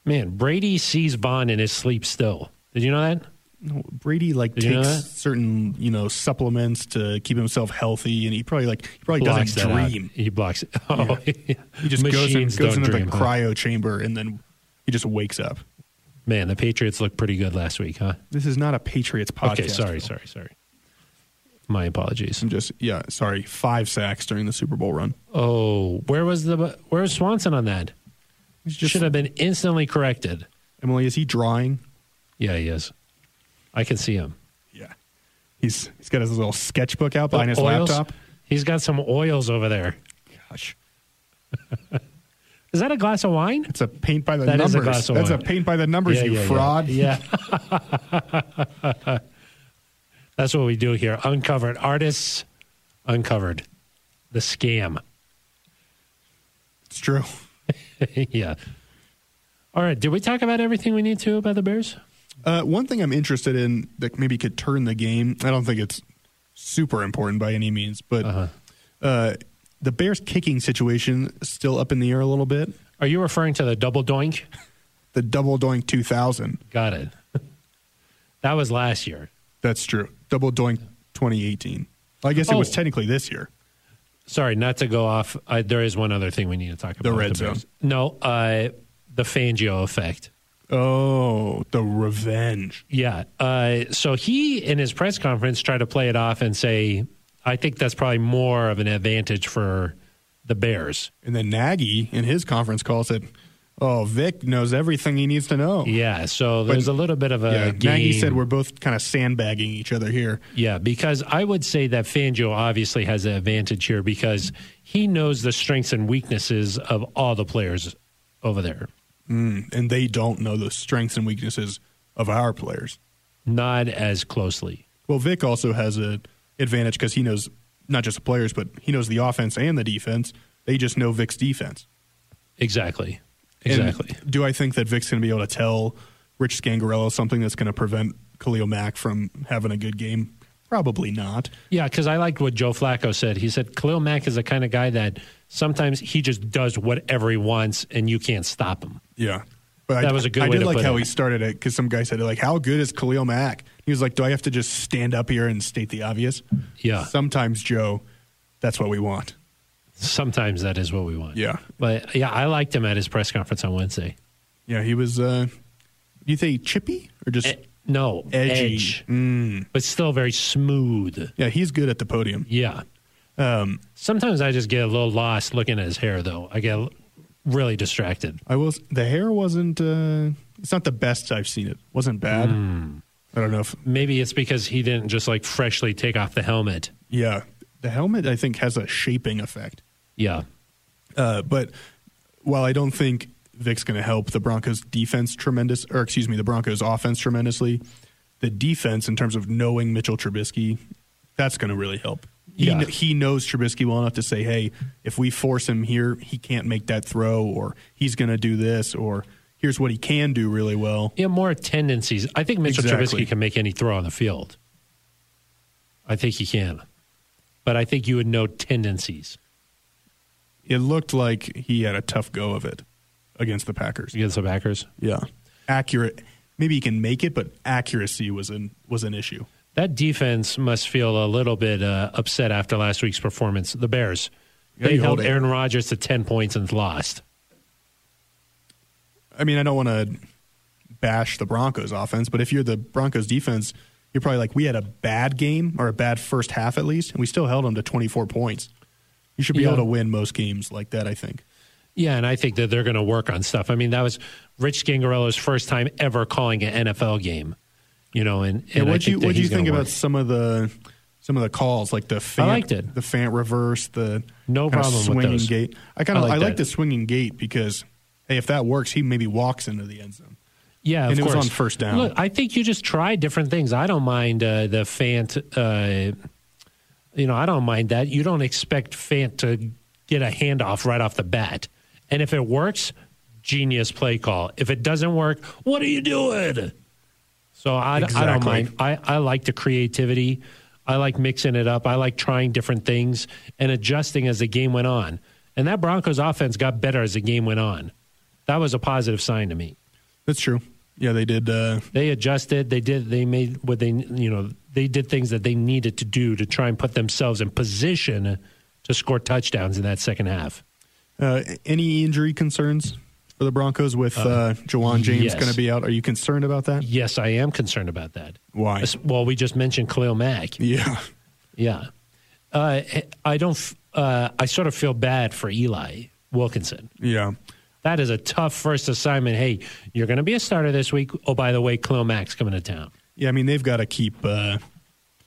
Man, Brady sees Vaughn in his sleep still. Did you know that? No, Brady like Did you know takes that? certain you know supplements to keep himself healthy, and he probably like he probably Blocks doesn't that out. dream. He blocks it. Oh, yeah. He just goes, and Machines goes don't into dream, the huh? cryo chamber, and then he just wakes up. Man, the Patriots looked pretty good last week, huh? This is not a Patriots podcast. Okay, sorry, Phil. sorry, sorry. My apologies. I'm just yeah, sorry. Five sacks during the Super Bowl run. Oh, where was the where was Swanson on that? He's just- Should have been instantly corrected. Emily, is he drawing? Yeah, he is. I can see him. Yeah, he's he's got his little sketchbook out behind his Oh, Oils? laptop. He's got some oils over there. Gosh, Is that a glass of wine? it's a paint by the That is numbers. a glass of That's wine. a paint by the numbers. you fraud. Yeah. That's what we do here. Uncovered artists, uncovered the scam. It's true. yeah. All right. Did we talk about everything we need to about the Bears? Uh, one thing I'm interested in that maybe could turn the game. I don't think it's super important by any Uh-huh. means, but uh the Bears kicking situation is still up in the air a little bit. Are you referring to the double doink? The double doink 2000. Got it. that was last year. That's true. Double doink 2018. Well, I guess it was Oh. technically this year. Sorry, not to go off. I, there is one other thing we need to talk about. The red zone. Bears. No, uh, the Fangio effect. Oh, the revenge. Yeah. Uh, so he, in his press conference, tried to play it off and say, I think that's probably more of an advantage for the Bears. And then Nagy in his conference call said, "Oh, Vic knows everything he needs to know." Yeah. So But- there's a little bit of a. Yeah, Nagy game- said we're both kind of sandbagging each other here. Yeah, because I would say that Fangio obviously has an advantage here because he knows the strengths and weaknesses of all the players over there. and they don't know the strengths and weaknesses of our players. Not as closely. Well, Vic also has an advantage because he knows not just the players, but he knows the offense and the defense. They just know Vic's defense. Exactly. And Exactly. do I think that Vic's going to be able to tell Rich Scangarello something that's going to prevent Khalil Mack from having a good game? Probably not. yeah, because I liked what Joe Flacco said. He said Khalil Mack is the kind of guy that sometimes he just does whatever he wants and you can't stop him. Yeah. But I, That was a good I way did to like put how it. he started it because some guy said, like, how good is Khalil Mack? He was like, do I have to just stand up here and state the obvious? Yeah. Sometimes, Joe, that's what we want. Sometimes that is what we want. Yeah. But yeah, I liked him at his press conference on Wednesday. Yeah, he was. Uh, you say chippy or just? Eh, Mm. no, Edgy. edge, but still very smooth. yeah, he's good at the podium. Yeah. Um, Sometimes I just get a little lost looking at his hair, though. I get l- really distracted. I was. The hair wasn't. Uh, it's not the best I've seen it. Wasn't bad. I don't know if. Maybe it's because he didn't just like freshly take off the helmet. Yeah, the helmet I think has a shaping effect. Yeah. Uh, but while I don't think Vic's going to help the Broncos defense tremendous, or excuse me, the Broncos offense tremendously, the defense in terms of knowing Mitchell Trubisky, that's going to really help. He, Yeah. kn- he knows Trubisky well enough to say, hey, if we force him here, he can't make that throw, or he's going to do this, or here's what he can do really well. Yeah, more tendencies. I think Mitchell Exactly. Trubisky can make any throw on the field. I think he can. But I think you would know tendencies It looked like he had a tough go of it against the Packers. against the backers. Yeah. Accurate. Maybe he can make it, but accuracy was an, was an issue. That defense must feel a little bit uh, upset after last week's performance. The Bears. Yeah, they you held hold it. Aaron Rodgers to 10 points and lost. I mean, I don't want to bash the Broncos offense, but if you're the Broncos defense, you're probably like, we had a bad game or a bad first half at least, and we still held them to 24 points. You should be Yeah. able to win most games like that, I think. Yeah, and I think that they're going to work on stuff. I mean, that was Rich Gangarello's first time ever calling an NFL game. You know, and, and And I what do you that what do you he's gonna think about work. some of the some of the calls like the fan, liked it. the fan reverse the No kinda problem with swinging those. gate. I kind of I I, like like that. the swinging gate because hey, if that works, he maybe walks into the end zone. Yeah, and of it was course. on first down. Look, I think you just try different things. I don't mind uh, the Fant. Uh, you know, I don't mind that. You don't expect Fant to get a handoff right off the bat, and if it works, genius play call. If it doesn't work, what are you doing? So I, I don't Exactly. mind. I, I like the creativity. I like mixing it up. I like trying different things and adjusting as the game went on. And that Broncos offense got better as the game went on. That was a positive sign to me That's true. Yeah, they did. Uh, they adjusted they did they made what they you know they did things that they needed to do to try and put themselves in position to score touchdowns in that second half Uh, any injury concerns for the Broncos with uh, Jawan James yes. going to be out? Are you concerned about that? yes i am concerned about that Why? Es- well we just mentioned khalil mack Yeah, yeah uh, i don't f- uh, i sort of feel bad for eli wilkinson yeah. that is a tough first assignment hey you're going to be a starter this week oh by the way khalil mack's coming to town Yeah, I mean they've got to keep uh,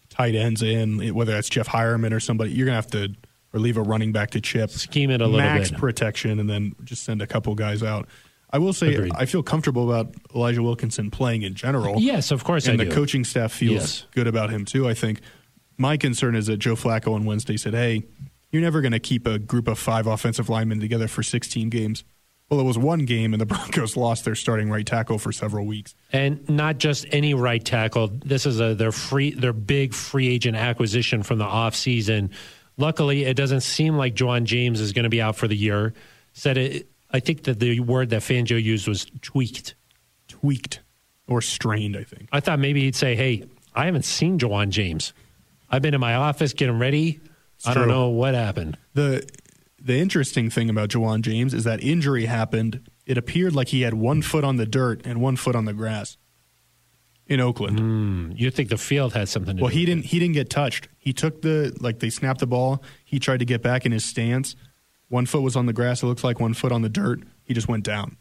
tight ends in, whether that's Jeff Hireman or somebody. You're going to have to or leave a running back to chip, scheme it a little max bit protection, and then just send a couple guys out. I will say Agreed. I feel comfortable about Elijah Wilkinson playing in general. yes of course and i the do coaching staff feels Yes. good about him too. I think my concern is that Joe Flacco on Wednesday said, "Hey, you're never going to keep a group of five offensive linemen together for 16 games." Well, it was one game, and the Broncos lost their starting right tackle for several weeks. and not just any right tackle. This is a their free their big free agent acquisition from the offseason. Luckily, it doesn't seem like Juwan James is going to be out for the year. Said it, I think that the word that Fangio used was tweaked. tweaked or strained. I think I thought maybe he'd say, "Hey, I haven't seen Jawan James. I've been in my office getting ready. I don't true. know what happened." the the interesting thing about Jawan James is that injury happened. It appeared like he had one foot on the dirt and one foot on the grass in Oakland. You think the field had something to Well, do? he with it. didn't. He didn't get touched. He took the like they snapped the ball. He tried to get back in his stance. One foot was on the grass. It looks like one foot on the dirt. He just went down.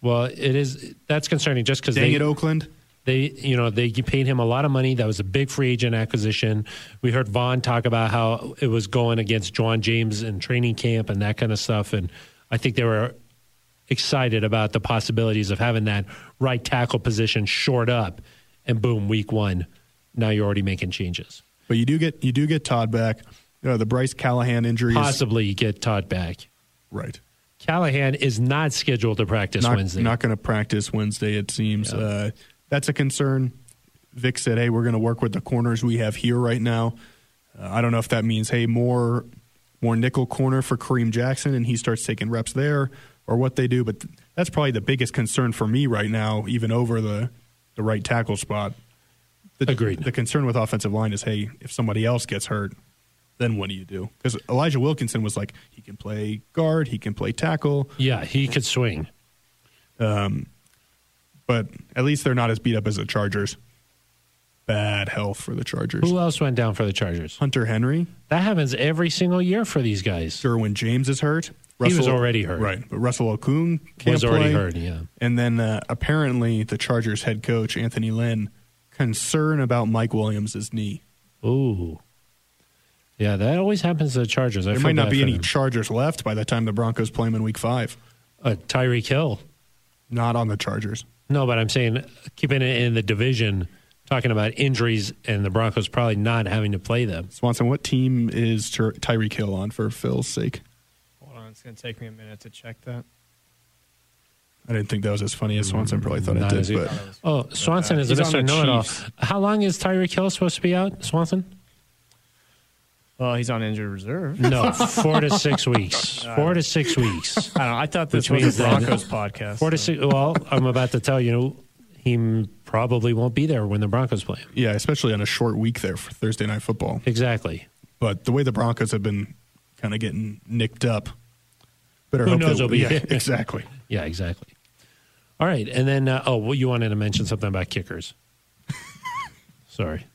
Well, it is that's concerning just because Dang they it, Oakland! they you know they paid him a lot of money. That was a big free agent acquisition. We heard Vaughn talk about how it was going against John James in training camp and that kind of stuff. And I think they were excited about the possibilities of having that right tackle position short up. And boom, week one, now you're already making changes. But you do get you do get Todd back. You know, the Bryce Callahan injury. Is, Possibly get Todd back. right. Callahan is not scheduled to practice not, Wednesday. Not going to practice Wednesday, it seems. Uh, that's a concern. Vic said, hey, we're going to work with the corners we have here right now. Uh, I don't know if that means, hey, more more nickel corner for Kareem Jackson and he starts taking reps there or what they do. But th- that's probably the biggest concern for me right now, even over the, the right tackle spot. The, Agreed. The concern with offensive line is, hey, if somebody else gets hurt, then what do you do? Because Elijah Wilkinson was like, he can play guard, he can play tackle. yeah, he could swing. but at least they're not as beat up as the Chargers. Bad health for the Chargers. Who else went down for the Chargers? Hunter Henry, That happens every single year for these guys. Derwin James is hurt. was already hurt. right? But Russell Okung can't Was already play. hurt, yeah. And then uh, apparently the Chargers head coach Anthony Lynn concern about Mike Williams' knee. Ooh. Yeah, that always happens to the Chargers. I There feel might not bad be for any them. Chargers left by the time the Broncos play him in Week Five. uh, Tyreek Hill. Not on the Chargers. No, but I'm saying keeping it in the division, talking about injuries and the Broncos probably not having to play them. Swanson, what team is Ty- Tyreek Hill on for Phil's sake? Hold on, it's gonna take me a minute to check that. I didn't think that was as funny as Swanson probably thought Not it as did, easy. but Oh, Swanson is a He's on Mr. the Know It All. Chiefs. How long is Tyreek Hill supposed to be out, Swanson? Well, he's on injured reserve. No, four to six weeks. Four to six weeks. I don't know. I thought this Which was means a that- Broncos podcast. Four to six. Well, I'm about to tell you, he m- probably won't be there when the Broncos play. him. yeah, especially on a short week there for Thursday night football. Exactly. But the way the Broncos have been kind of getting nicked up, better Who hope knows that- what'll be- yeah, exactly. Yeah, exactly. All right, and then uh, oh, well, you wanted to mention something about kickers. Sorry,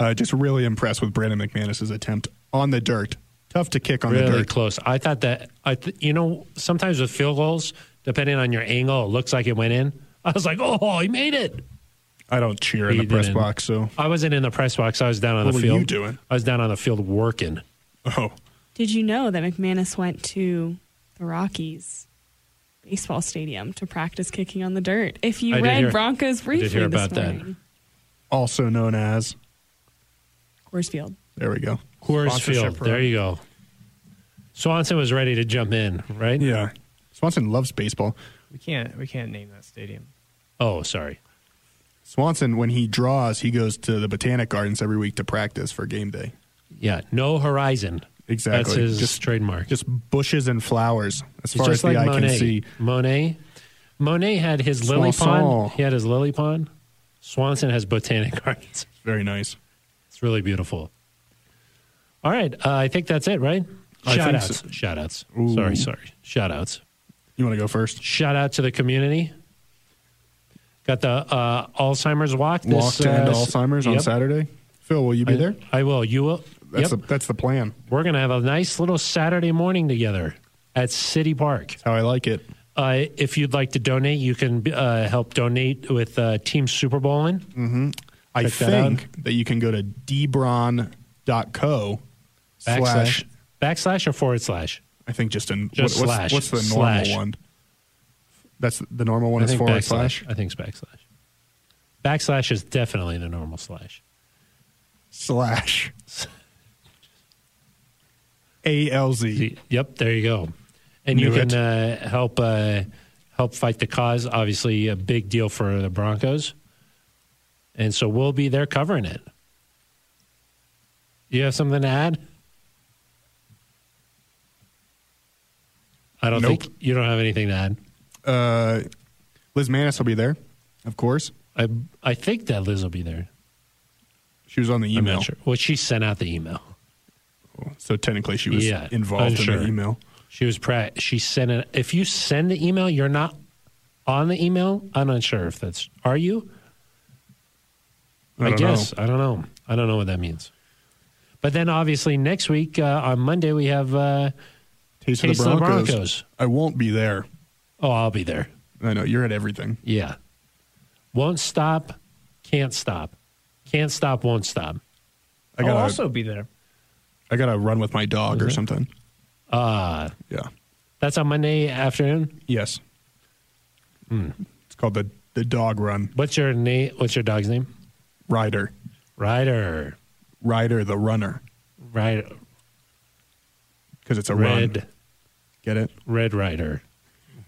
Uh, just really impressed with Brandon McManus's attempt on the dirt. Tough to kick on the really dirt. close. I thought that I, th- you know, sometimes with field goals, depending on your angle, it looks like it went in. I was like, oh, he made it. I don't cheer in He the press didn't. box, so I wasn't in the press box. I was down on What the were you field. doing? I was down on the field working. oh, Did you know that McManus went to the Rockies baseball stadium to practice kicking on the dirt? If you I did read hear- Broncos did briefly hear about this that. morning, also known as Coors Field. there we go. Coors Sponsorship Field. program. There you go. Swanson was ready to jump in, right? Yeah, Swanson loves baseball. we can't we can't name that stadium. Oh, sorry. Swanson, when he draws, he goes to the Botanic Gardens every week to practice for game day. Yeah. No horizon. Exactly. That's his Just- trademark. Just bushes and flowers, as He's far as just the like eye Monet. can see. Monet. Monet had his lily pond. Swanson. He had his lily pond. Swanson has botanic gardens. Very nice. It's really beautiful. All right. Uh, I think that's it, right? I Shout think outs. so. Shout outs. Ooh. Sorry, sorry. Shout outs. You want to go first? Shout out to the community. Got the uh, Alzheimer's walk. This, Walk to end uh, Alzheimer's on yep. Saturday. Phil, will you be there? I will. You will. yep. That's the that's the plan. We're going to have a nice little Saturday morning together at City Park. That's how I like it. Uh, if you'd like to donate, you can uh, help donate with uh, Team Super Bowling. Mm, I Check that out. think that, you can go to dbron.co slash. Backslash, backslash or forward slash? I think just in Just what, slash. What's, what's the normal Slash. one? That's the normal one I is think forward backslash. slash. I think it's backslash. Backslash is definitely the normal slash. slash A L Z. Yep, there you go. And you Knew can it. uh, help uh, help fight the cause. Obviously, a big deal for the Broncos, and so we'll be there covering it. You have something to add? I don't Nope. think you don't have anything to add. Uh, Liz Manis will be there, of course. I I think that Liz will be there. She was on the I'm email, not sure. Well, she sent out the email. so technically she was Yeah, involved in unsure. the email. She was pra- she sent it. If you send the email, you're not on the email. I'm not sure if that's. Are you? I, don't guess know. I don't know. I don't know what that means. But then obviously next week uh, on Monday we have uh, Taste, Taste of the Broncos. Broncos. I won't be there. Oh, I'll be there. I know you're at everything. Yeah. Won't stop. Can't stop. Can't stop. Won't stop. I I'll Oh, gotta, also be there. I gotta run with my dog or something. Uh, Yeah. that's on Monday afternoon. Yes. Hmm. It's called the the dog run. What's your name? What's your dog's name? Rider, Ryder. Rider the runner, Ryder. because it's a Red. run. Get it? Red Rider.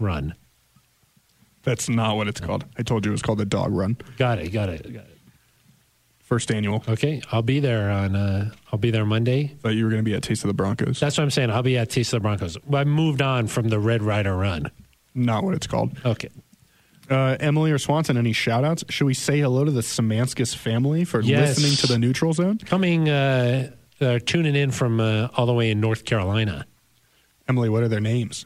Run. That's not what it's called. I told you it was called the dog run. Got it. Got it. Got it. First annual. Okay, I'll be there on. Uh, I'll be there Monday. Thought you were gonna be at Taste of the Broncos. That's what I'm saying. I'll be at Taste of the Broncos. I moved on from the Red Rider Run. not what it's called. Okay. Uh, Emily or Swanson, any shout outs? Should we say hello to the Samanskis family for Yes. listening to the neutral zone? Coming, uh, uh, tuning in from uh, all the way in North Carolina. Emily, what are their names?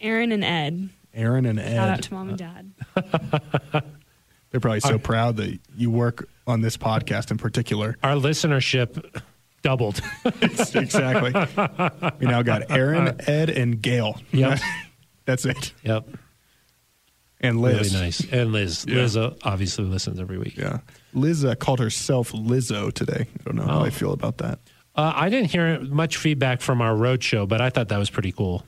Aaron and Ed. Aaron and Shout out Ed. to mom Uh, and dad. They're probably so proud that you work on this podcast in particular. Our listenership doubled. exactly. We now got Aaron, Ed, and Gail. Yep. That's it. yep. And Liz. Really nice. And Liz. Yeah. Liz uh, obviously listens every week. Yeah. Liz uh, called herself Lizzo today. I don't know how Oh. I feel about that. Uh, I didn't hear much feedback from our road show, but I thought that was pretty cool.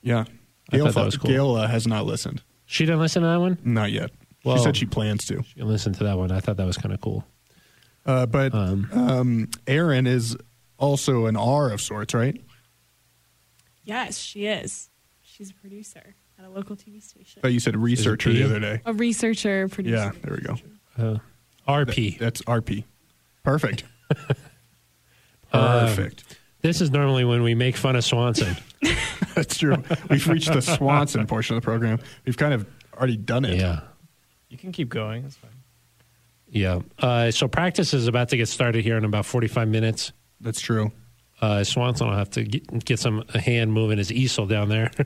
Yeah. I Gail, thought that thought- was cool. Gail uh, has not listened. She didn't listen to that one? Not yet. Well- she said she plans to. She listened to that one. I thought that was kind of cool. Uh, but um, Aaron is also an R of sorts, right? Yes, she is. She's a producer at a local TV station. But you said researcher P? the other day. A researcher, producer. Yeah, there we go. Uh, RP. That's RP. Perfect. Perfect. This is normally when we make fun of Swanson. That's true. We've reached the Swanson portion of the program. We've kind of already done it. yeah. You can keep going. That's fine. Yeah. Uh, so practice is about to get started here in about 45 minutes. That's true. Uh, Swanson will have to get, get some a hand moving his easel down there.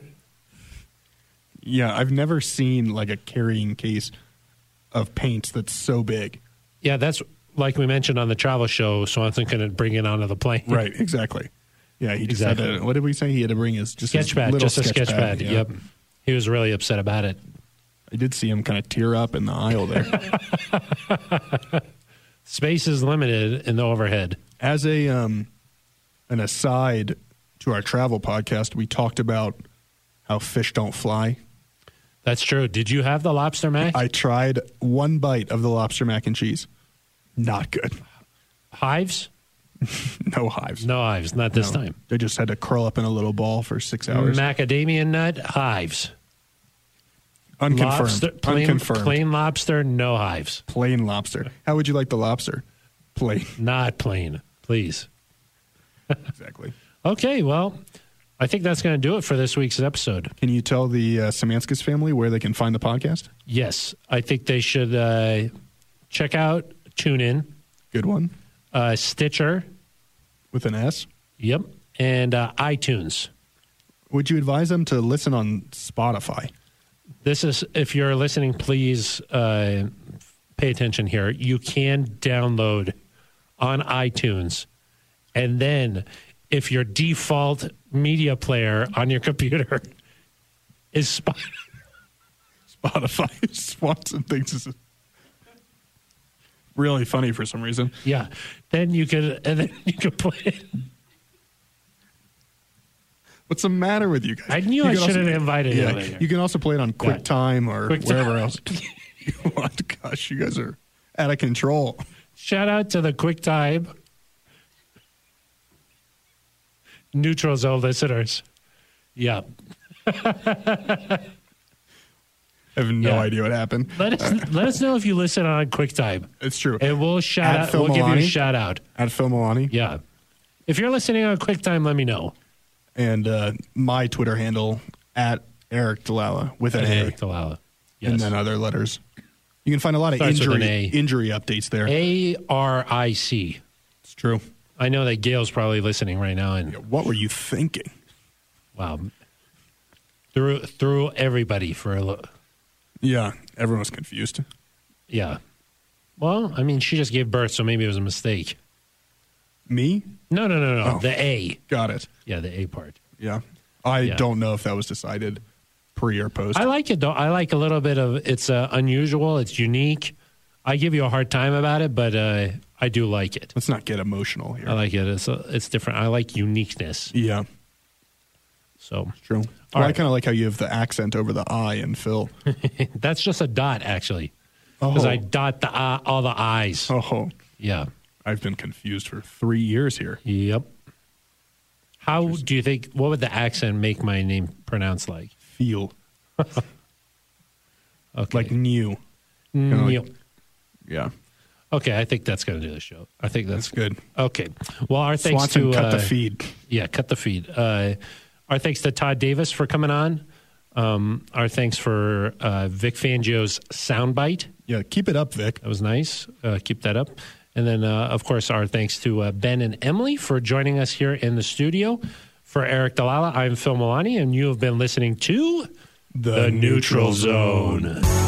Yeah, I've never seen like a carrying case of paints that's so big. yeah, that's like we mentioned on the travel show. Swanson couldn't bring it onto the plane. exactly. Yeah, he just had Exactly. to, what did we say? He had to bring his just his Sketch pad, little just a sketch, sketch pad. yeah. Yep. He was really upset about it. I did see him kind of tear up in the aisle there. Space is limited in the overhead. as a um, an aside to our travel podcast, we talked about how fish don't fly. That's true. Did you have the lobster mac? I tried one bite of the lobster mac and cheese. Not good. hives? No hives. No hives, not this No. time. They just had to curl up in a little ball for six hours. Macadamia nut, hives. Unconfirmed. Lobster, plain, Unconfirmed. plain lobster, no hives. Plain lobster. How would you like the lobster? Plain. Not plain, please. exactly. Okay, well, I think that's going to do it for this week's episode. Can you tell the uh, Samanskis family where they can find the podcast? Yes, I think they should uh, check out TuneIn, Good one. uh, Stitcher, With an S. yep, and uh, iTunes. Would you advise them to listen on Spotify? This is if you're listening, please uh, pay attention here. You can download on iTunes, and then if your default media player on your computer is Spotify. Spotify Swanson thinks it's really funny for some reason. Yeah. Then you could and then you could play it. What's the matter with you guys? I knew You I can should have also- invited him. Yeah, you can also play it on QuickTime or Quick Time. wherever else you want. Gosh, you guys are out of control. Shout out to the QuickTime neutral zone listeners. Yeah. I have no Yeah. idea what happened. Let us let us know if you listen on QuickTime, It's true. and we'll shout At out. Phil We'll give you a Maloney? shout out. At Phil Milani. Yeah. If you're listening on QuickTime, let me know. and uh, my Twitter handle at Eric Dalala with an Eric A Dalala. and Yes. then uh, other letters. You can find a lot of Starts with an injury A. injury updates there. A R I C. It's true. I know that Gail's probably listening right now, and Yeah, What were you thinking? wow, threw threw everybody for a look. Yeah, everyone was confused. Yeah. Well, I mean, she just gave birth, so maybe it was a mistake. Me? No, no, no, no. Oh. The A. Got it. Yeah, the A part. Yeah. I Yeah. don't know if that was decided pre or post. I like it though. I like a little bit of it's uh, unusual. It's unique. I give you a hard time about it, but uh, I do like it. Let's not get emotional here. I like it. It's uh, it's different. I like uniqueness. yeah, So true. Well, I right. kind of like how you have the accent over the I in Phil. that's just a dot actually, Oh, because I dot the I, all the I's. oh, Yeah. I've been confused for three years here. Yep. How do you think? What would the accent make my name pronounced like? Feel Okay. like new. kinda like- Yep. Yeah, Okay, I think that's going to do the show. I think that's, that's good. Okay. Well, our thanks Swanson to cut the uh, feed. Yeah, cut the feed. Uh, our thanks to Todd Davis for coming on. Um, our thanks for uh, Vic Fangio's soundbite. Yeah, keep it up, Vic. That was nice. Uh, keep that up. And then, uh, of course, our thanks to uh, Ben and Emily for joining us here in the studio. For Eric Dalala, I'm Phil Milani, and you have been listening to The, The Neutral Zone.